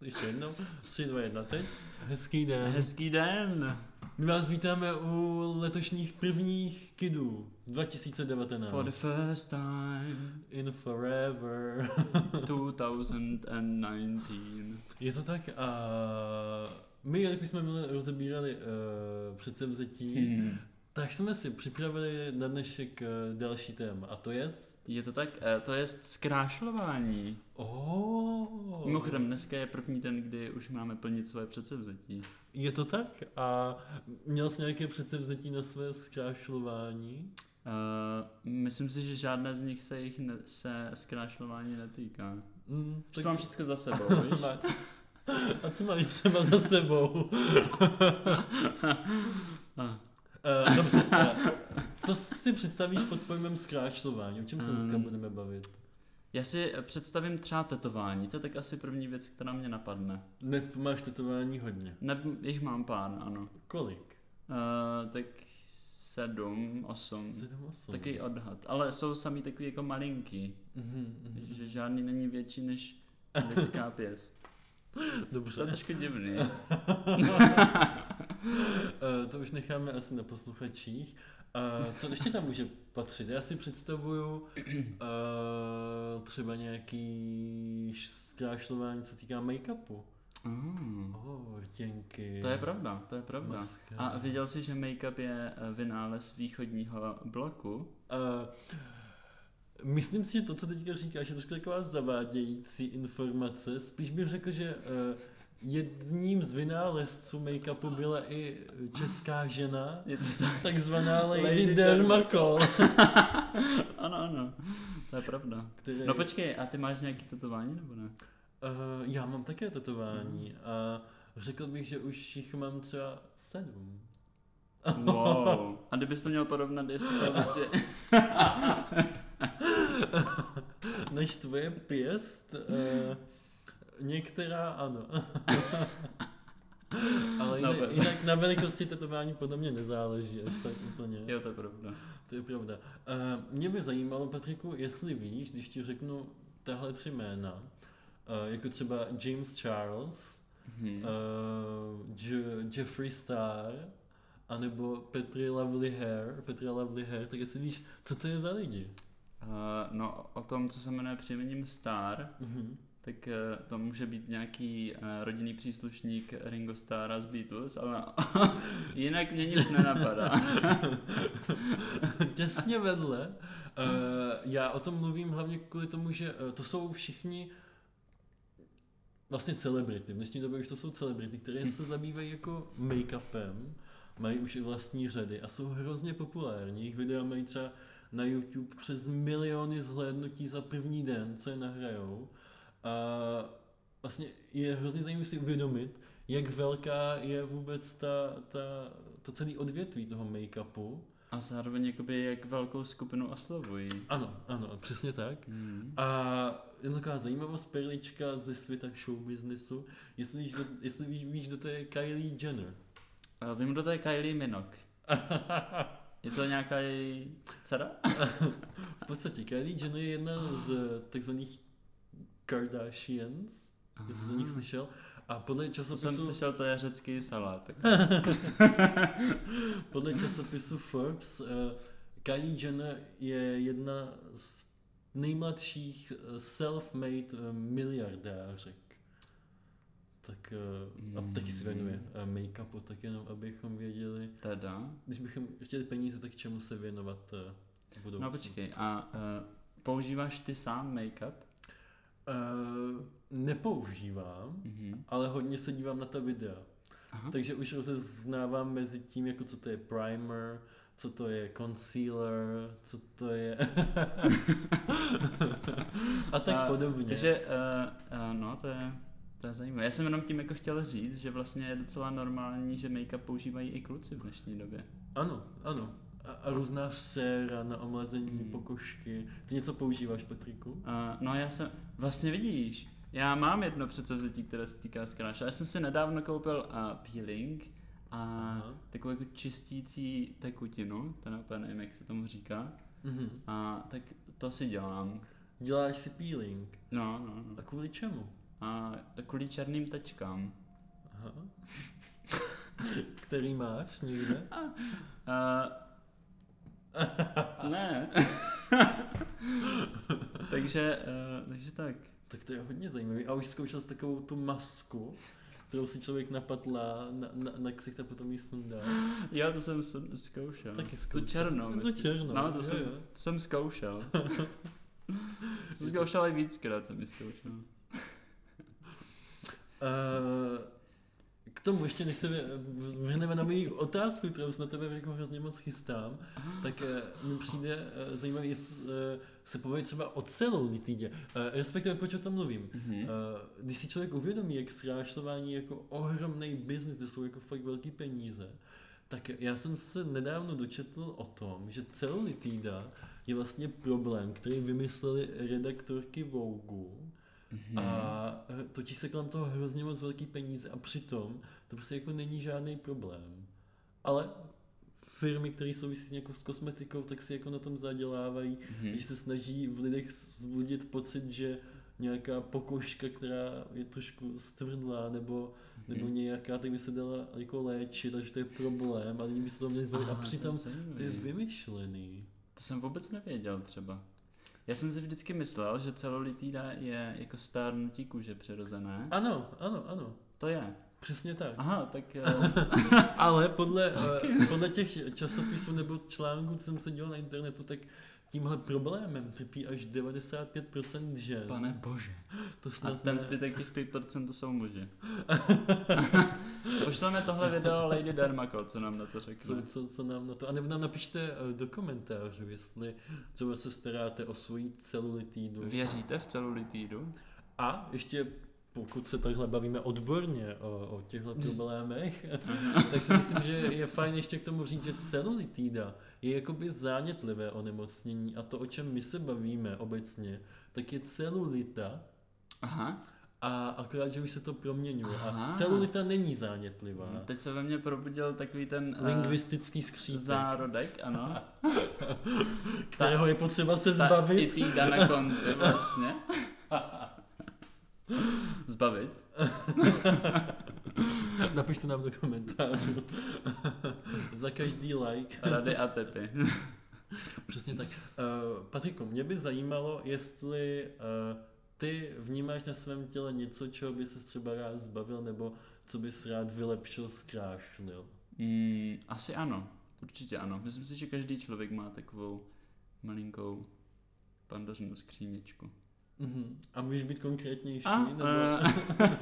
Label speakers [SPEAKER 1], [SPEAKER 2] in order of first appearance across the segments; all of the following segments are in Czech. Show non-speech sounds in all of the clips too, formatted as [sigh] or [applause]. [SPEAKER 1] ještě jednou, 3, 2, 1, teď. Hezký den.
[SPEAKER 2] Eh, Hezký den.
[SPEAKER 1] My vás vítáme u letošních prvních kidů 2019.
[SPEAKER 2] For the first time
[SPEAKER 1] In forever. [laughs]
[SPEAKER 2] 2019.
[SPEAKER 1] Je to tak a my, jak už jsme minule rozebírali uh, předsevzetí, hmm.
[SPEAKER 2] Hmm.
[SPEAKER 1] tak jsme si připravili na dnešek eh, další téma a to je...
[SPEAKER 2] Je to tak, eh, to je zkrášlování.
[SPEAKER 1] Oh.
[SPEAKER 2] Mimochodem, dneska je první den, kdy už máme plnit své předsevzetí.
[SPEAKER 1] Je to tak? A měl jsi nějaké předsevzetí na své zkrášlování?
[SPEAKER 2] Uh, myslím si, že žádné z nich se jich ne- se zkrášlování netýká.
[SPEAKER 1] Mm,
[SPEAKER 2] Už to mám všechno
[SPEAKER 1] [laughs]
[SPEAKER 2] za sebou, víš?
[SPEAKER 1] Máš. A co máš třeba za sebou?
[SPEAKER 2] Ah.
[SPEAKER 1] Eh, Dobře, eh, co si představíš pod pojmem zkrášlování? O čem se dneska
[SPEAKER 2] Ehm.
[SPEAKER 1] budeme bavit?
[SPEAKER 2] Já si eh, představím třeba tetování, to je tak asi první věc, která mě napadne.
[SPEAKER 1] Ne, máš tetování hodně.
[SPEAKER 2] Ne, jich mám pár, ano.
[SPEAKER 1] Kolik?
[SPEAKER 2] Uh, tak sedm, osm.
[SPEAKER 1] Sedm, osm.
[SPEAKER 2] Takový odhad. Ale jsou samý takový jako malinký.
[SPEAKER 1] Mhm, mhm.
[SPEAKER 2] Že žádný není větší než lidská pěst. To je
[SPEAKER 1] Dobře,
[SPEAKER 2] trošku divný.
[SPEAKER 1] Eh, to už necháme asi na posluchačích. A co ještě tam může patřit? Já si představuju eh, třeba nějaký š- zkrášlování, co týká make-upu.
[SPEAKER 2] Mm.
[SPEAKER 1] Oh, děnky.
[SPEAKER 2] To je pravda, to je pravda.
[SPEAKER 1] Maska.
[SPEAKER 2] A viděl jsi, že make-up je eh, vynález východního bloku?
[SPEAKER 1] Eh, myslím si, že to, co teďka říkáš, je trošku taková zavádějící informace. Spíš bych řekl, že eh, jedním z vynálezců make-upu byla i česká žena,
[SPEAKER 2] Je to
[SPEAKER 1] [laughs]
[SPEAKER 2] tak?
[SPEAKER 1] takzvaná Lady,
[SPEAKER 2] Lady
[SPEAKER 1] Dermacol.
[SPEAKER 2] Ano, ano. To je pravda.
[SPEAKER 1] Který,
[SPEAKER 2] No počkej, a ty máš nějaký tetování nebo ne?
[SPEAKER 1] Eh, já mám také tetování a řekl bych, že už jich mám třeba sedm.
[SPEAKER 2] Wow. A kdybys to měl porovnat, jestli se oči...
[SPEAKER 1] Než tvoje pěst, eh, některá ano. [laughs] Ale
[SPEAKER 2] No,
[SPEAKER 1] jinak,
[SPEAKER 2] pe-
[SPEAKER 1] jinak na velikosti tetování podle mě nezáleží až tak úplně.
[SPEAKER 2] Jo, to je pravda.
[SPEAKER 1] To je pravda. Eh, Mě by zajímalo, Patriku, jestli víš, když ti řeknu tahle tři jména, eh, jako třeba James Charles,
[SPEAKER 2] Mhm.
[SPEAKER 1] eh, Je- Jeffree Star, anebo Petri Lovely Hair, Petri Lovely Hair, tak jestli víš, co to je za lidi.
[SPEAKER 2] Eh, no, o tom, co se jmenuje příjmením Star,
[SPEAKER 1] Mhm.
[SPEAKER 2] tak eh, to může být nějaký eh, rodinný příslušník Ringo Starra z Beatles, ale [laughs] jinak mě nic nenapadá.
[SPEAKER 1] [laughs] Těsně vedle. Eh, Já o tom mluvím hlavně kvůli tomu, že eh, to jsou všichni vlastně celebrity. V dnešní době už to jsou celebrity, které se zabývají jako make-upem, mají už i vlastní řady a jsou hrozně populární. Jejich videa mají třeba na YouTube přes miliony zhlédnutí za první den, co je nahrajou. A vlastně je hrozně zajímavé si uvědomit, jak velká je vůbec ta, ta, to celé odvětví toho make-upu.
[SPEAKER 2] A zároveň jakoby jak velkou skupinu oslovují.
[SPEAKER 1] Ano, ano, přesně tak.
[SPEAKER 2] Hmm.
[SPEAKER 1] A je to taková zajímavost perlička ze světa show businessu. Jestli víš, kdo- jestli víš, víš kdo to je Kylie Jenner.
[SPEAKER 2] A Eh, vím, kdo to je Kylie Minok. Je to nějaká její dcera?
[SPEAKER 1] V podstatě Kylie Jenner je jedna z takzvaných Kardashians, jestli jsi o nich slyšel. A podle
[SPEAKER 2] Co jsem
[SPEAKER 1] časopisu,
[SPEAKER 2] slyšel, to je řecký salát. Tak...
[SPEAKER 1] podle časopisu Forbes eh, Kylie Jenner je jedna z nejmladších eh, self-made eh, miliardářek. Tak eh, a taky se věnuje eh, make-upu, tak jenom abychom věděli,
[SPEAKER 2] Teda.
[SPEAKER 1] Když bychom chtěli peníze, tak čemu se věnovat eh, v budoucnu?
[SPEAKER 2] No počkej, a eh, používáš ty sám make-up?
[SPEAKER 1] Eh, nepoužívám,
[SPEAKER 2] Mhm.
[SPEAKER 1] ale hodně se dívám na ta videa.
[SPEAKER 2] Aha.
[SPEAKER 1] Takže už rozeznávám mezi tím, jako co to je primer, co to je concealer, co to
[SPEAKER 2] [laughs]
[SPEAKER 1] je... a tak
[SPEAKER 2] A,
[SPEAKER 1] podobně.
[SPEAKER 2] Takže, uh, uh, no, to je, to je zajímavé. Já jsem jenom tím jako chtěl říct, že vlastně je docela normální, že make-up používají i kluci v dnešní době.
[SPEAKER 1] Ano, ano. A, a různá séra na omlazení
[SPEAKER 2] Mhm.
[SPEAKER 1] pokožky. Ty něco používáš, Patriku?
[SPEAKER 2] Uh, no já jsem, vlastně vidíš, já mám jedno předsevzetí, které se týká zkráša. Já jsem si nedávno koupil uh, peeling a
[SPEAKER 1] Aha.
[SPEAKER 2] takovou jako čistící tekutinu, to já úplně nevím, jak se tomu říká.
[SPEAKER 1] Mhm.
[SPEAKER 2] A tak to si dělám.
[SPEAKER 1] Děláš si peeling.
[SPEAKER 2] No, no, no.
[SPEAKER 1] A kvůli čemu?
[SPEAKER 2] A kvůli černým tečkám.
[SPEAKER 1] Aha.
[SPEAKER 2] [laughs]
[SPEAKER 1] Který máš někde?
[SPEAKER 2] Uh, Eh, [laughs] ne. takže, uh, takže tak.
[SPEAKER 1] Tak to je hodně zajímavý. A už zkoušel jsi takovou tu masku, kterou si člověk napadlá na, na, na ksicht a potom ji sundá.
[SPEAKER 2] Já to jsem s- zkoušel.
[SPEAKER 1] Taky
[SPEAKER 2] Tu
[SPEAKER 1] zkoušel.
[SPEAKER 2] černou.
[SPEAKER 1] No, tu
[SPEAKER 2] myslím.
[SPEAKER 1] černou,
[SPEAKER 2] No, to,
[SPEAKER 1] jo,
[SPEAKER 2] jsem,
[SPEAKER 1] jo.
[SPEAKER 2] to
[SPEAKER 1] [laughs]
[SPEAKER 2] jsem zkoušel. jsem zkoušel i víckrát, jsem ji zkoušel.
[SPEAKER 1] Eh, K tomu ještě, než se vě- vrhneme na moji otázku, kterou se na tebe jako hrozně moc chystám, tak eh, mi přijde eh, zajímavý, jestli eh, se pobaví třeba o celou litidě. Eh, Respektive, proč o tom mluvím?
[SPEAKER 2] Mhm.
[SPEAKER 1] Eh, Když si člověk uvědomí, jak srášlování je jako ohromný biznis, kde jsou jako fakt velký peníze, tak já jsem se nedávno dočetl o tom, že celolitída je vlastně problém, který vymysleli redaktorky Vogue, a
[SPEAKER 2] Hmm.
[SPEAKER 1] eh, točí se kolem toho hrozně moc velký peníze a přitom to prostě jako není žádný problém. Ale firmy, které souvisí s nějakou s kosmetikou, tak si jako na tom zadělávají,
[SPEAKER 2] Mhm.
[SPEAKER 1] když se snaží v lidech vzbudit pocit, že nějaká pokožka, která je trošku stvrdlá, nebo, nebo
[SPEAKER 2] Hmm.
[SPEAKER 1] nějaká, tak by se dala jako léčit, takže to je problém a lidi by se to měli zbavit.
[SPEAKER 2] Aha,
[SPEAKER 1] A
[SPEAKER 2] to je
[SPEAKER 1] přitom to je
[SPEAKER 2] zajímavý.
[SPEAKER 1] vymyšlený.
[SPEAKER 2] To jsem vůbec nevěděl třeba. Já jsem si vždycky myslel, že celolitída je jako stárnutí kůže přirozené.
[SPEAKER 1] Ano, ano, ano. [laughs]
[SPEAKER 2] To je.
[SPEAKER 1] Přesně tak.
[SPEAKER 2] Aha, tak
[SPEAKER 1] [laughs]
[SPEAKER 2] eh,
[SPEAKER 1] Ale podle, eh, podle těch časopisů nebo článků, co jsem se díval na internetu, tak tímhle problémem trpí až 95% žen.
[SPEAKER 2] pane bože.
[SPEAKER 1] to
[SPEAKER 2] A
[SPEAKER 1] snad
[SPEAKER 2] ten
[SPEAKER 1] ne.
[SPEAKER 2] zbytek těch 5% to jsou muži. [laughs] Pošleme tohle video Lady Dermako, co nám na to
[SPEAKER 1] Co,
[SPEAKER 2] řekne.
[SPEAKER 1] co, co nám na to? A nebo nám napište eh, do komentářů, jestli třeba se staráte o svoji celulitídu.
[SPEAKER 2] Věříte v celulitídu?
[SPEAKER 1] A ještě pokud se takhle bavíme odborně o, o
[SPEAKER 2] [laughs]
[SPEAKER 1] těchto problémech, [laughs] tak si myslím, že je fajn ještě k tomu říct, že celulitída je jakoby zánětlivé onemocnění a to, o čem my se bavíme obecně, tak je celulita
[SPEAKER 2] Aha,
[SPEAKER 1] a akorát, že už se to proměňuje. A
[SPEAKER 2] Aha.
[SPEAKER 1] celulita není zánětlivá.
[SPEAKER 2] teď se ve mně probudil takový ten eh,
[SPEAKER 1] Lingvistický skřítek,
[SPEAKER 2] zárodek,
[SPEAKER 1] [laughs]
[SPEAKER 2] ano.
[SPEAKER 1] kterého je potřeba se
[SPEAKER 2] Ta I
[SPEAKER 1] zbavit.
[SPEAKER 2] týda na konci vlastně. Zbavit.
[SPEAKER 1] [laughs] Napište nám do komentářů. [laughs] Za každý like.
[SPEAKER 2] Rady
[SPEAKER 1] [laughs]
[SPEAKER 2] a typy.
[SPEAKER 1] Přesně tak. Uh, Patriku, mě by zajímalo, jestli uh, ty vnímáš na svém těle něco, čeho by se třeba rád zbavil, nebo co bys rád vylepšil, zkrášnil.
[SPEAKER 2] Mm, asi ano, určitě ano. Myslím si, že každý člověk má takovou malinkou pandořinu skříněčku.
[SPEAKER 1] Uh-huh. A můžeš být konkrétnější?
[SPEAKER 2] Mhm. A,
[SPEAKER 1] nebo...
[SPEAKER 2] eh,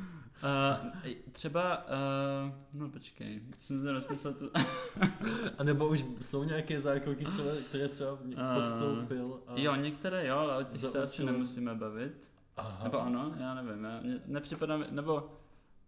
[SPEAKER 2] [laughs] eh, třeba, eh, no počkej, jsem se rozmyslel, co...
[SPEAKER 1] a nebo už jsou nějaké zákroky, třeba, které třeba
[SPEAKER 2] Eh,
[SPEAKER 1] podstoupil? A...
[SPEAKER 2] [laughs] Jo, některé jo, ale o těch se asi
[SPEAKER 1] Zaočil.
[SPEAKER 2] nemusíme bavit.
[SPEAKER 1] Aha.
[SPEAKER 2] Nebo ano, já nevím, já, mně nepřipadá mi, nebo...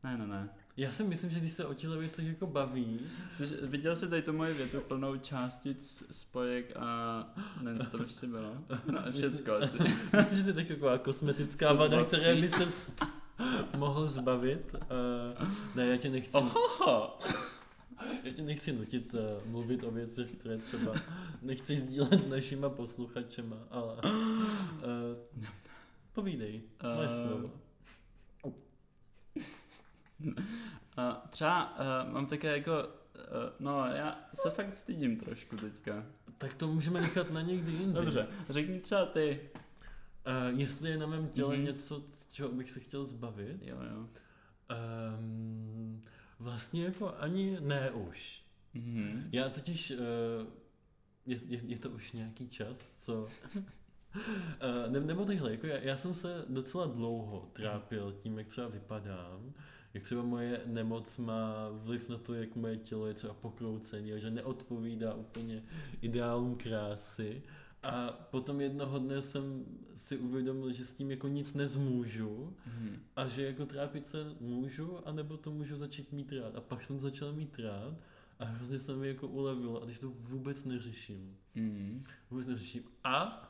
[SPEAKER 2] Ne, ne, ne.
[SPEAKER 1] Já si myslím, že když se o těle věcech jako baví, [laughs]
[SPEAKER 2] Jsi, viděl jsi tady tu moji větu plnou částic, spojek a [gasps] nevím, co tam ještě bylo. No, [laughs] všecko asi.
[SPEAKER 1] myslím, že to je tak jako taková kosmetická
[SPEAKER 2] To
[SPEAKER 1] vada,
[SPEAKER 2] zbavcí.
[SPEAKER 1] které by se [laughs] mohl zbavit. Eh, ne, já tě nechci
[SPEAKER 2] Oho!
[SPEAKER 1] Já tě nechci nutit uh, mluvit o věcech, které třeba nechci sdílet s našima posluchačema, ale uh, povídej, máš
[SPEAKER 2] Eh,
[SPEAKER 1] slovo.
[SPEAKER 2] A třeba uh, mám také jako, uh, no já se fakt stydím trošku teďka.
[SPEAKER 1] Tak to můžeme nechat na někdy jindy.
[SPEAKER 2] Dobře, řekni třeba ty.
[SPEAKER 1] Uh, jestli je na mém těle
[SPEAKER 2] Mhm.
[SPEAKER 1] něco, z čeho bych se chtěl zbavit,
[SPEAKER 2] Jo, jo.
[SPEAKER 1] um, vlastně jako ani ne už.
[SPEAKER 2] Mhm.
[SPEAKER 1] Já totiž, eh, je, je, je to už nějaký čas, co... Eh, ne, nebo takhle, jako já, já jsem se docela dlouho trápil tím, jak třeba vypadám, jak třeba moje nemoc má vliv na to, jak moje tělo je třeba pokroucené, a že neodpovídá úplně ideálům krásy. A potom jednoho dne jsem si uvědomil, že s tím jako nic nezmůžu
[SPEAKER 2] Mhm.
[SPEAKER 1] a že jako trápit se můžu, anebo to můžu začít mít rád. A pak jsem začal mít rád a hrozně se mi jako ulevilo a teď to vůbec neřeším.
[SPEAKER 2] Mhm.
[SPEAKER 1] Vůbec neřeším. A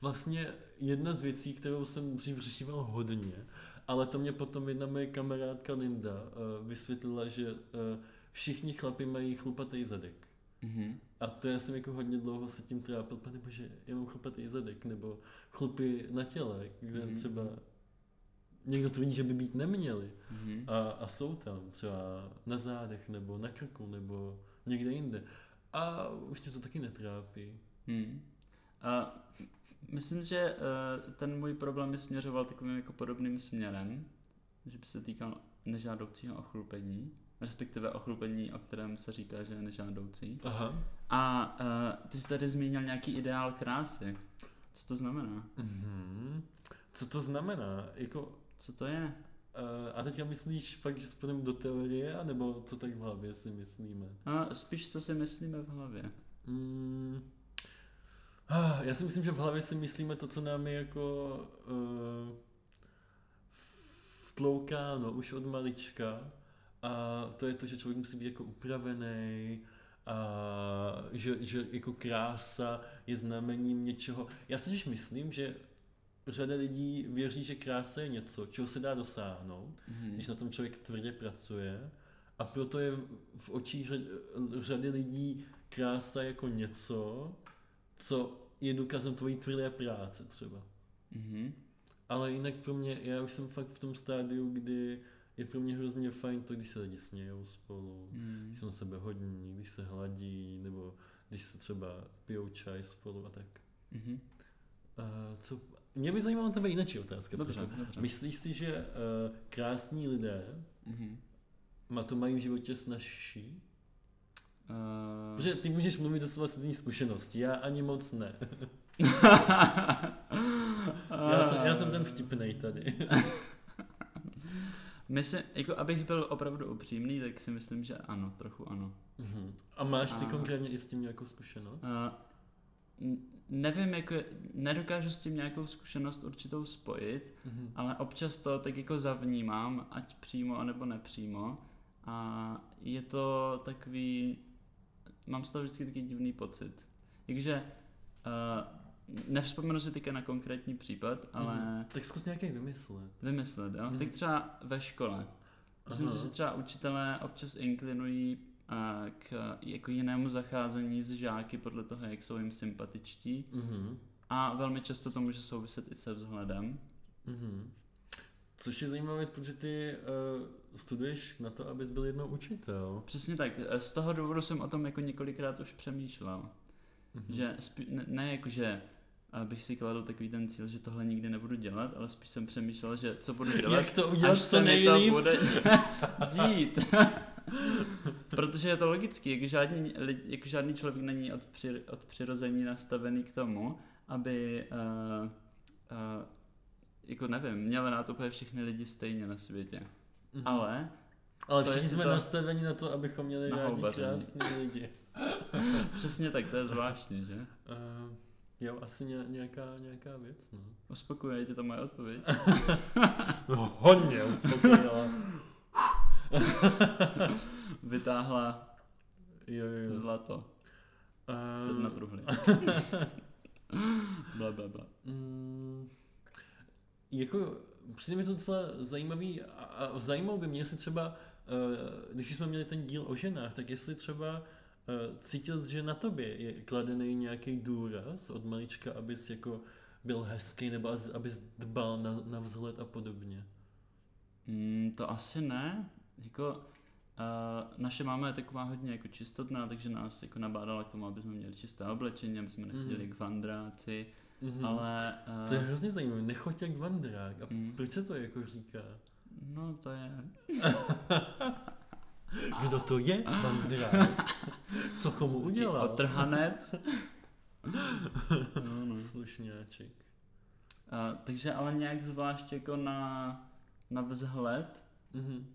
[SPEAKER 1] vlastně jedna z věcí, kterou jsem dřív řešíval hodně, ale to mě potom jedna moje kamarádka Linda eh, vysvětlila, že eh, všichni chlapi mají chlupatý zadek.
[SPEAKER 2] Mhm.
[SPEAKER 1] A to já jsem jako hodně dlouho se tím trápil, pane bože, já mám chlupatý zadek, nebo chlupy na těle, kde
[SPEAKER 2] Mhm.
[SPEAKER 1] třeba někdo tvrdí, že by být neměli.
[SPEAKER 2] Mhm.
[SPEAKER 1] A, a jsou tam třeba na zádech, nebo na krku, nebo někde jinde. A už mě to taky netrápí.
[SPEAKER 2] Hmm. A myslím, že eh, ten můj problém je směřoval takovým jako podobným směrem, že by se týkal nežádoucího ochlupení, respektive ochlupení, o kterém se říká, že je nežádoucí.
[SPEAKER 1] Aha.
[SPEAKER 2] A eh, ty jsi tady zmínil nějaký ideál krásy. Co to znamená?
[SPEAKER 1] Mhm. Co to znamená? Jako,
[SPEAKER 2] Co to je?
[SPEAKER 1] eh, a teďka myslíš fakt, že spadneme do teorie, anebo co tak v hlavě si myslíme?
[SPEAKER 2] A No, spíš, co si myslíme v hlavě.
[SPEAKER 1] Mm. Ah, Já si myslím, že v hlavě si myslíme to, co nám je jako uh, vtloukáno už od malička. A to je to, že člověk musí být jako upravený, a že, že jako krása je znamením něčeho. Já si totiž myslím, že řada lidí věří, že krása je něco, čeho se dá dosáhnout
[SPEAKER 2] Mhm.
[SPEAKER 1] když na tom člověk tvrdě pracuje. A proto je v očích řad- řady lidí krása jako něco, co je důkazem tvojí tvrdé práce třeba.
[SPEAKER 2] Mhm.
[SPEAKER 1] Ale jinak pro mě, já už jsem fakt v tom stádiu, kdy je pro mě hrozně fajn to, když se lidi smějou spolu,
[SPEAKER 2] Mhm.
[SPEAKER 1] když jsou na sebe hodní, když se hladí, nebo když se třeba pijou čaj spolu a tak.
[SPEAKER 2] Mhm.
[SPEAKER 1] Uh, co... Mě by zajímala tebe jináčí otázka.
[SPEAKER 2] Dobře,
[SPEAKER 1] Petře.
[SPEAKER 2] dobře.
[SPEAKER 1] Myslíš si, že uh, krásní lidé
[SPEAKER 2] Mhm.
[SPEAKER 1] Má to mají v životě snažší?
[SPEAKER 2] Eh,
[SPEAKER 1] Protože ty můžeš mluvit ze své vlastní zkušenosti, já ani moc ne. [laughs]
[SPEAKER 2] Ah.
[SPEAKER 1] Já jsem, já jsem ten vtipnej tady. [laughs]
[SPEAKER 2] Myslím, jako abych byl opravdu upřímný, tak si myslím, že ano, trochu ano.
[SPEAKER 1] Mhm. A máš ty
[SPEAKER 2] A-
[SPEAKER 1] konkrétně i s tím nějakou zkušenost?
[SPEAKER 2] Uh, nevím, jako, nedokážu s tím nějakou zkušenost určitou spojit,
[SPEAKER 1] Mhm.
[SPEAKER 2] ale občas to tak jako zavnímám, ať přímo, anebo nepřímo. A je to takový, mám z toho vždycky taky divný pocit. Takže uh, nevzpomenu si teďka na konkrétní případ, ale...
[SPEAKER 1] Mhm. Tak zkus nějaký vymyslet.
[SPEAKER 2] Vymyslet, jo?
[SPEAKER 1] Mhm.
[SPEAKER 2] Mm. Tak třeba ve škole. Myslím
[SPEAKER 1] Aha.
[SPEAKER 2] si, že třeba učitelé občas inklinují a, k jako jinému zacházení s žáky podle toho, jak jsou jim sympatičtí.
[SPEAKER 1] Mhm.
[SPEAKER 2] A velmi často to může souviset i se vzhledem.
[SPEAKER 1] Mhm. Což je zajímavé, věc, protože ty uh, studuješ na to, abys byl jednou učitel.
[SPEAKER 2] Přesně tak, eh, z toho důvodu jsem o tom jako několikrát už přemýšlel.
[SPEAKER 1] Mhm.
[SPEAKER 2] Že spí, ne, ne jako, že eh, bych si kladl takový ten cíl, že tohle nikdy nebudu dělat, ale spíš jsem přemýšlel, že co budu dělat,
[SPEAKER 1] Jak to udělat
[SPEAKER 2] až
[SPEAKER 1] co
[SPEAKER 2] se mi to
[SPEAKER 1] nejlíp?
[SPEAKER 2] bude [laughs] dít. [laughs] Protože je to logický, jako žádný, lid- jako žádný člověk není od, při, od přirození nastavený k tomu, aby, uh, uh, jako nevím, měl rád úplně všechny lidi stejně na světě.
[SPEAKER 1] Mhm.
[SPEAKER 2] Ale
[SPEAKER 1] Ale
[SPEAKER 2] to
[SPEAKER 1] všichni
[SPEAKER 2] jestli
[SPEAKER 1] jsme
[SPEAKER 2] to-
[SPEAKER 1] nastaveni na to, abychom měli
[SPEAKER 2] Na
[SPEAKER 1] rádi
[SPEAKER 2] houbaření.
[SPEAKER 1] krásné lidi.
[SPEAKER 2] přesně tak, to je zvláštní, že?
[SPEAKER 1] Uh, jo, asi ně- nějaká, nějaká věc, no.
[SPEAKER 2] Uspokojuje tě to moje odpověď?
[SPEAKER 1] No, hodně uspokojila.
[SPEAKER 2] [laughs] Vytáhla
[SPEAKER 1] jo, jo, jo.
[SPEAKER 2] zlato,
[SPEAKER 1] Ehm,
[SPEAKER 2] sedm
[SPEAKER 1] [laughs]
[SPEAKER 2] na truhly. bla, bla, bla.
[SPEAKER 1] mm, jako, přijde mi to docela zajímavý a, a zajímalo by mě, jestli třeba, eh, když jsme měli ten díl o ženách, tak jestli třeba eh, cítil, jsi, že na tobě je kladený nějaký důraz od malička, abys jako byl hezký nebo az- abys dbal na, na vzhled a podobně.
[SPEAKER 2] Mm, to asi ne. Jako, uh, naše máma je taková hodně jako čistotná, takže nás jako nabádala k tomu, aby jsme měli čisté oblečení, aby jsme nechodili
[SPEAKER 1] Mhm.
[SPEAKER 2] k vandráci,
[SPEAKER 1] Mhm.
[SPEAKER 2] ale
[SPEAKER 1] To je
[SPEAKER 2] uh,
[SPEAKER 1] hrozně zajímavé, nechoď jak vandrák. A
[SPEAKER 2] Mm.
[SPEAKER 1] proč se to jako říká?
[SPEAKER 2] no to je...
[SPEAKER 1] Kdo to je vandrák? Co komu
[SPEAKER 2] Taky
[SPEAKER 1] udělal? [laughs]
[SPEAKER 2] Otrhanec. no, no.
[SPEAKER 1] Slušňáček.
[SPEAKER 2] Uh, takže ale nějak zvlášť jako na, na vzhled
[SPEAKER 1] Mhm.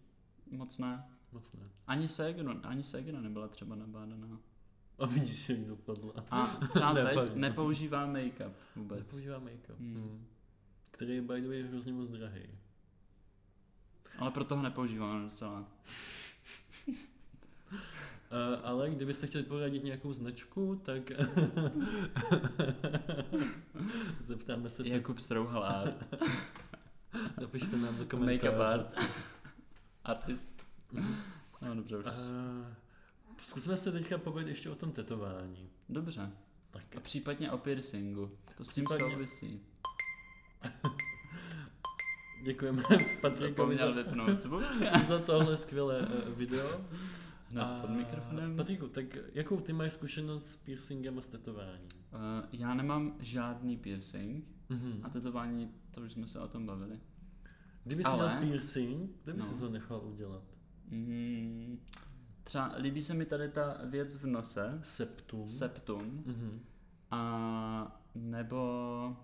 [SPEAKER 2] moc ne.
[SPEAKER 1] Moc ne.
[SPEAKER 2] Ani Segra, ani Segra nebyla třeba nabádaná.
[SPEAKER 1] A vidíš, jak dopadla.
[SPEAKER 2] A
[SPEAKER 1] [laughs]
[SPEAKER 2] třeba
[SPEAKER 1] Ne,
[SPEAKER 2] teď
[SPEAKER 1] pardon.
[SPEAKER 2] nepoužívá make-up vůbec.
[SPEAKER 1] Nepoužívá make-up.
[SPEAKER 2] Mm.
[SPEAKER 1] Mm. Který je by the way hrozně moc drahý.
[SPEAKER 2] Ale proto ho nepoužívám docela.
[SPEAKER 1] Uh, ale kdybyste chtěli poradit nějakou značku, tak [laughs] zeptáme se, jak...
[SPEAKER 2] Jakub Strouhal art.
[SPEAKER 1] napište nám do
[SPEAKER 2] Make-up
[SPEAKER 1] komentářů. Hmm.
[SPEAKER 2] art. Artist. No dobře už.
[SPEAKER 1] Uh, zkusme se teďka pobavit ještě o tom tetování.
[SPEAKER 2] Dobře.
[SPEAKER 1] Tak.
[SPEAKER 2] A případně o piercingu. To s tím
[SPEAKER 1] Případně.
[SPEAKER 2] souvisí.
[SPEAKER 1] [laughs] Děkujeme Patrikovi za,
[SPEAKER 2] Zapomněl vypnout zvuk
[SPEAKER 1] [laughs] za tohle skvělé eh, video.
[SPEAKER 2] hned pod mikrofonem.
[SPEAKER 1] Patriku, tak jakou ty máš zkušenost s piercingem a s tetováním?
[SPEAKER 2] Eh, Já nemám žádný piercing
[SPEAKER 1] Mhm.
[SPEAKER 2] a tetování, to už jsme se o tom bavili.
[SPEAKER 1] Kdyby jsi
[SPEAKER 2] Ale-
[SPEAKER 1] měl piercing, kde bys
[SPEAKER 2] No.
[SPEAKER 1] no. ho nechal udělat?
[SPEAKER 2] Mm, Třeba líbí se mi tady ta věc v nose,
[SPEAKER 1] Mhm. Septum.
[SPEAKER 2] septum,
[SPEAKER 1] Mhm.
[SPEAKER 2] a nebo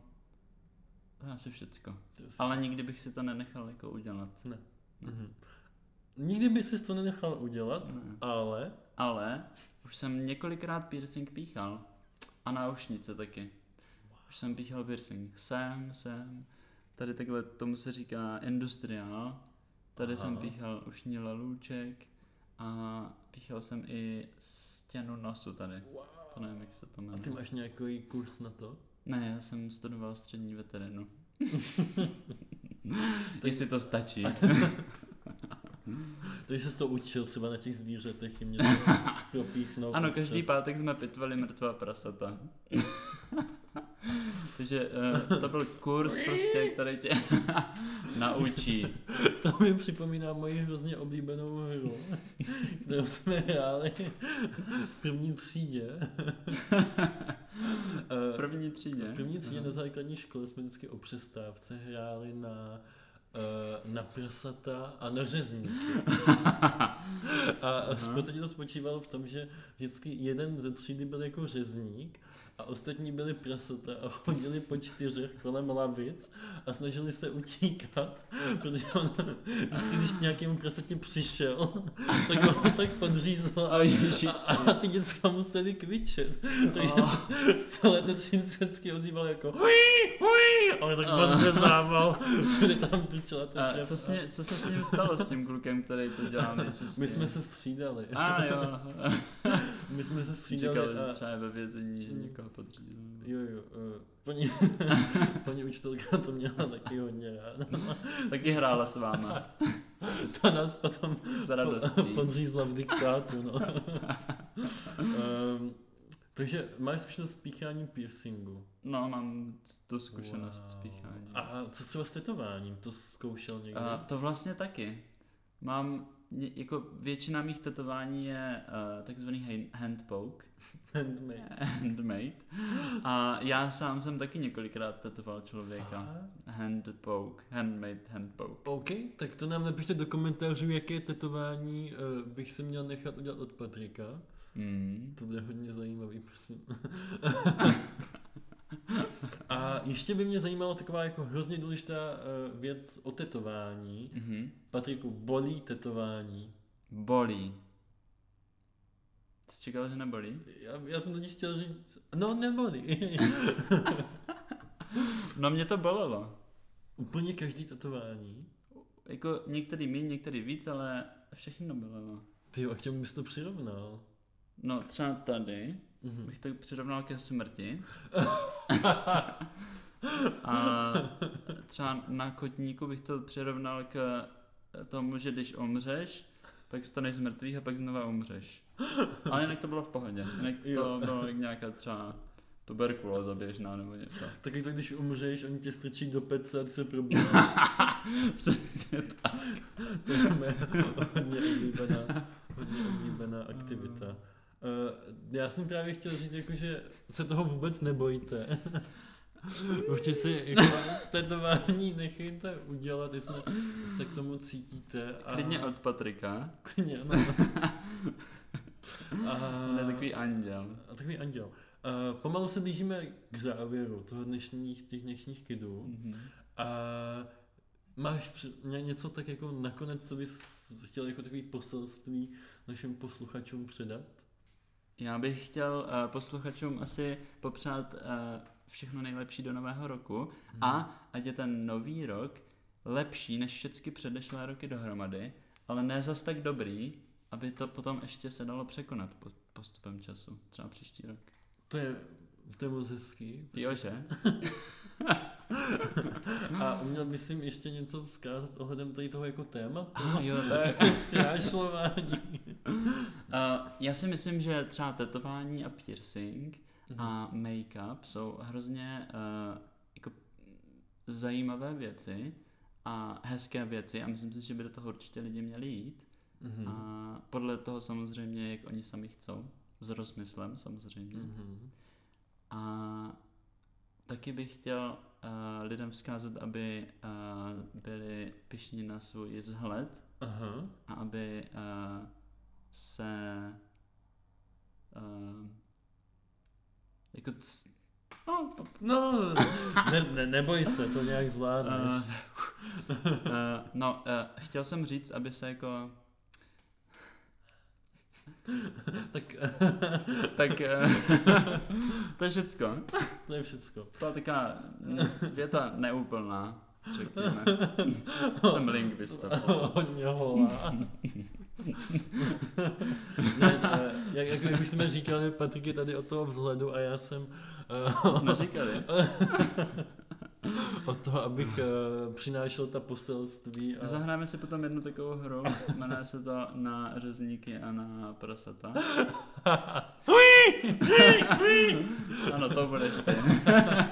[SPEAKER 2] asi všecko.
[SPEAKER 1] To je asi-
[SPEAKER 2] Ale nikdy bych si to nenechal jako udělat.
[SPEAKER 1] Ne. Mhm. Nikdy by si to nenechal udělat,
[SPEAKER 2] Ne.
[SPEAKER 1] ale
[SPEAKER 2] Ale už jsem několikrát piercing píchal. A náušnice taky. Už jsem píchal piercing sem, sem. Tady takhle tomu se říká industriál. Tady
[SPEAKER 1] Aha.
[SPEAKER 2] jsem píchal ušní lalůček. A píchal jsem i stěnu nosu tady. To nevím, jak se to
[SPEAKER 1] A ty
[SPEAKER 2] jmenuje.
[SPEAKER 1] máš nějaký kurz na to?
[SPEAKER 2] Ne, já jsem studoval
[SPEAKER 1] [laughs]
[SPEAKER 2] střední veterinu. Jestli to stačí.
[SPEAKER 1] Takže jsi to učil třeba na těch zvířatech, jim
[SPEAKER 2] [laughs]
[SPEAKER 1] něco propíchnout.
[SPEAKER 2] Ano,
[SPEAKER 1] občas.
[SPEAKER 2] každý pátek jsme pitvali mrtvá prasata. [laughs] Takže eh, to byl kurz prostě, který tě [laughs] naučí.
[SPEAKER 1] To mi připomíná moji hrozně oblíbenou
[SPEAKER 2] [laughs]
[SPEAKER 1] hru, kterou jsme hráli v první
[SPEAKER 2] [laughs]
[SPEAKER 1] třídě. Eh,
[SPEAKER 2] V první třídě.
[SPEAKER 1] V první třídě
[SPEAKER 2] Aha.
[SPEAKER 1] na základní škole jsme vždycky o přestávce hráli na, eh, na prasata a na
[SPEAKER 2] [laughs]
[SPEAKER 1] řezníky. A v podstatě to spočívalo v tom, že vždycky jeden ze třídy byl jako řezník a ostatní byli prasata a chodili po čtyřech kolem lavic a snažili se utíkat, protože on vždycky, když k nějakému prasatě přišel, tak ho tak podřízl a,
[SPEAKER 2] No,
[SPEAKER 1] [laughs]
[SPEAKER 2] A ježiši.
[SPEAKER 1] a, a ty děcka museli kvičet. Takže
[SPEAKER 2] A.
[SPEAKER 1] z celé té třincecky ozýval jako hui, hui, ale tak moc
[SPEAKER 2] [laughs]
[SPEAKER 1] řezával, všude tam trčela ta
[SPEAKER 2] Ah. A
[SPEAKER 1] krev
[SPEAKER 2] co,
[SPEAKER 1] a-
[SPEAKER 2] s ně, co se s ním stalo s tím klukem, který to dělal nejčastěji?
[SPEAKER 1] My jsme se střídali.
[SPEAKER 2] [laughs] A jo.
[SPEAKER 1] My jsme se střídali
[SPEAKER 2] Říkal,
[SPEAKER 1] a
[SPEAKER 2] že třeba je ve vězení, že někoho podřízl.
[SPEAKER 1] [laughs] Jo, jo, eh, paní,
[SPEAKER 2] [laughs]
[SPEAKER 1] paní učitelka to měla taky hodně ráda.
[SPEAKER 2] Taky hrála s
[SPEAKER 1] [laughs]
[SPEAKER 2] váma.
[SPEAKER 1] Ta nás potom
[SPEAKER 2] S radostí.
[SPEAKER 1] podřízla v diktátu,
[SPEAKER 2] [laughs]
[SPEAKER 1] no. um, takže máš zkušenost s pícháním piercingu.
[SPEAKER 2] No, mám tu zkušenost s pícháním.
[SPEAKER 1] A co třeba s tetováním? To zkoušel někdo?
[SPEAKER 2] A to vlastně taky. Mám, ně- jako většina mých tetování je uh, takzvaný hand- handpoke,
[SPEAKER 1] Handmade.
[SPEAKER 2] [laughs] handmade. A já sám jsem taky několikrát tetoval člověka.
[SPEAKER 1] Fakt?
[SPEAKER 2] Handpoke, handmade, handpoke.
[SPEAKER 1] OK, tak to nám napište do komentářů, jaké tetování eh, bych si měl nechat udělat od Patrika.
[SPEAKER 2] Mm.
[SPEAKER 1] To bude hodně zajímavý, [laughs] prosím. A ještě by mě zajímalo taková jako hrozně důležitá eh, věc o tetování.
[SPEAKER 2] Mhm.
[SPEAKER 1] Patriku, bolí tetování.
[SPEAKER 2] Bolí. Jsi čekal, že nebolí?
[SPEAKER 1] Já, já jsem totiž chtěl říct, no nebolí. [laughs]
[SPEAKER 2] No mě to bolelo.
[SPEAKER 1] Úplně každý tetování.
[SPEAKER 2] Jako některý míň, některý víc, ale všechno bolelo.
[SPEAKER 1] Ty a k čemu bys to přirovnal?
[SPEAKER 2] No třeba tady,
[SPEAKER 1] Mhm.
[SPEAKER 2] bych to přirovnal
[SPEAKER 1] [laughs]
[SPEAKER 2] ke smrti. A třeba na kotníku bych to přirovnal k tomu, že když umřeš, tak staneš z mrtvých a pak znova umřeš. Ale jinak to bylo v pohodě. Jinak to
[SPEAKER 1] Jo.
[SPEAKER 2] bylo jak nějaká třeba tuberkulóza běžná
[SPEAKER 1] [laughs]
[SPEAKER 2] nebo něco.
[SPEAKER 1] Taky to, když umřeš, oni tě strčí do pece a ty se
[SPEAKER 2] [laughs]
[SPEAKER 1] probudíš.
[SPEAKER 2] Přesně tak.
[SPEAKER 1] To je moje hodně oblíbená, hodně oblíbená aktivita. Eh, Já jsem právě chtěl říct, jako, že se toho vůbec nebojte. [laughs] Určitě si jako, tetování nechejte udělat, jestli se k tomu cítíte. A...
[SPEAKER 2] Klidně od Patrika.
[SPEAKER 1] Klidně, no.
[SPEAKER 2] [laughs]
[SPEAKER 1] A...
[SPEAKER 2] On je takový anděl.
[SPEAKER 1] a takový anděl. Eh, Pomalu se blížíme k závěru toho dnešních, těch dnešních kidů.
[SPEAKER 2] Mhm.
[SPEAKER 1] A máš při- ně- něco tak jako nakonec, co bys chtěl jako takový poselství našim posluchačům předat?
[SPEAKER 2] Já bych chtěl eh, posluchačům asi popřát eh, všechno nejlepší do nového roku
[SPEAKER 1] Mhm.
[SPEAKER 2] a ať je ten nový rok lepší než všechny předešlé roky dohromady, ale ne zas tak dobrý, aby to potom ještě se dalo překonat po- postupem času, třeba příští rok.
[SPEAKER 1] To je, to je moc hezký.
[SPEAKER 2] Jo, že?
[SPEAKER 1] A uměl bys jim ještě něco vzkázat ohledem tady toho jako tématu?
[SPEAKER 2] Ah, jo, [laughs] tak.
[SPEAKER 1] To je zkrášlování.
[SPEAKER 2] Uh, já si myslím, že třeba tetování a piercing a
[SPEAKER 1] Mhm.
[SPEAKER 2] make-up jsou hrozně uh, jako zajímavé eh, věci a hezké věci a myslím si, že by do toho určitě lidi měli jít.
[SPEAKER 1] Mhm.
[SPEAKER 2] A podle toho samozřejmě, jak oni sami chcou, s rozmyslem samozřejmě.
[SPEAKER 1] Mhm.
[SPEAKER 2] A taky bych chtěl eh, lidem vzkázat, aby eh, byli pišní na svůj vzhled
[SPEAKER 1] Aha.
[SPEAKER 2] a aby eh, se eh, jako c- no, po-
[SPEAKER 1] No, ne, ne, neboj se, to nějak zvládneš.
[SPEAKER 2] Eh, [laughs] eh, no, eh, chtěl jsem říct, aby se jako
[SPEAKER 1] tak [laughs]
[SPEAKER 2] tak eh, to je všecko.
[SPEAKER 1] to je všecko.
[SPEAKER 2] To je taková věta neúplná, řekněme. Jsem lingvista.
[SPEAKER 1] [laughs] Hodně holá. ne, ne, jak, jak, jak už jsme říkali, Patrik je tady od toho vzhledu a já jsem eh,
[SPEAKER 2] To jsme říkali.
[SPEAKER 1] [laughs] od toho, abych eh, přinášel ta poselství. A...
[SPEAKER 2] Zahráme si potom jednu takovou hru, jmenuje se to na řezníky a na prasata. ano, to budeš ty.
[SPEAKER 1] Eh,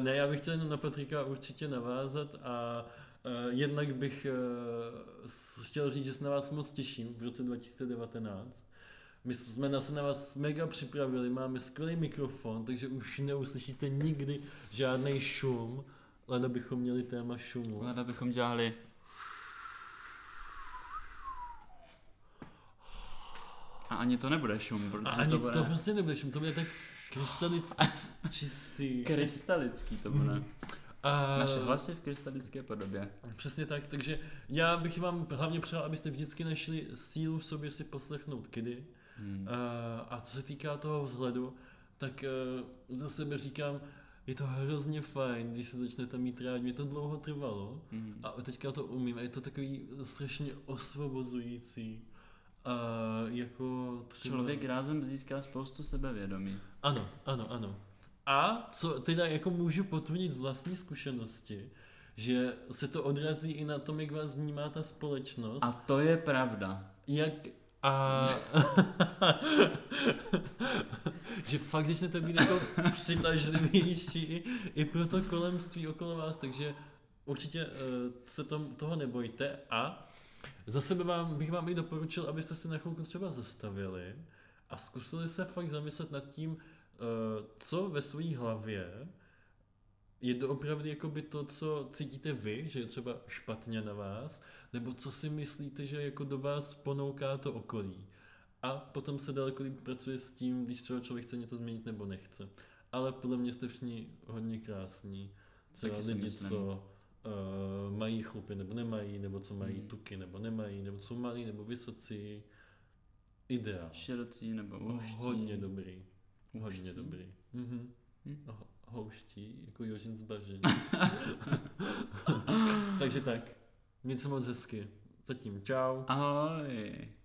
[SPEAKER 1] ne, já bych chtěl jenom na Patrika určitě navázat a eh, jednak bych eh, s- chtěl říct, že se na vás moc těším v roce 2019. My jsme na- se na vás mega připravili, máme skvělý mikrofon, takže už neuslyšíte nikdy žádný šum. Leda bychom měli téma šumu.
[SPEAKER 2] Leda bychom dělali a ani to nebude šum,
[SPEAKER 1] A
[SPEAKER 2] protože
[SPEAKER 1] ani
[SPEAKER 2] to
[SPEAKER 1] to,
[SPEAKER 2] bude...
[SPEAKER 1] prostě nebude šum, to bude
[SPEAKER 2] [laughs]
[SPEAKER 1] tak krystalicky čistý.
[SPEAKER 2] Krystalický to bude.
[SPEAKER 1] Eh. A...
[SPEAKER 2] Naše hlasy v krystalické podobě.
[SPEAKER 1] Přesně tak, takže já bych vám hlavně přál, abyste vždycky našli sílu v sobě si poslechnout kdy.
[SPEAKER 2] Hmm.
[SPEAKER 1] Eh, A co se týká toho vzhledu, tak eh, za sebe říkám, je to hrozně fajn, když se začnete mít rádi, mě to dlouho trvalo
[SPEAKER 2] Hmm.
[SPEAKER 1] a teďka to umím a je to takový strašně osvobozující. A jako třeba...
[SPEAKER 2] Člověk rázem získá spoustu sebevědomí.
[SPEAKER 1] Ano, ano, ano. A co teda jako můžu potvrdit z vlastní zkušenosti, že se to odrazí i na tom, jak vás vnímá ta společnost.
[SPEAKER 2] A to je pravda.
[SPEAKER 1] Jak a... [laughs] že fakt začnete být jako přitažlivější i pro to kolemství okolo vás, takže určitě eh, se tom, toho nebojte a za sebe vám, bych vám i doporučil, abyste se na chvilku třeba zastavili a zkusili se fakt zamyslet nad tím, eh, co ve své hlavě je doopravdy jakoby to, co cítíte vy, že je třeba špatně na vás, nebo co si myslíte, že jako do vás ponouká to okolí. A potom se daleko líp pracuje s tím, když třeba člověk chce něco změnit nebo nechce. Ale podle mě jste všichni hodně krásní. Třeba
[SPEAKER 2] Taky si
[SPEAKER 1] lidi,
[SPEAKER 2] myslím.
[SPEAKER 1] co uh, mají chlupy nebo nemají, nebo co mají
[SPEAKER 2] Mhm.
[SPEAKER 1] tuky nebo nemají, nebo co malí nebo vysocí. Ideál.
[SPEAKER 2] Širocí nebo úští.
[SPEAKER 1] No, Hodně dobrý. Hodně
[SPEAKER 2] Houští?
[SPEAKER 1] dobrý. Mhm.
[SPEAKER 2] Hm.
[SPEAKER 1] Ho- Houští, jako Jožin z bažin.
[SPEAKER 2] [laughs]
[SPEAKER 1] Takže tak. Mějte se moc hezky. Zatím čau.
[SPEAKER 2] Ahoj.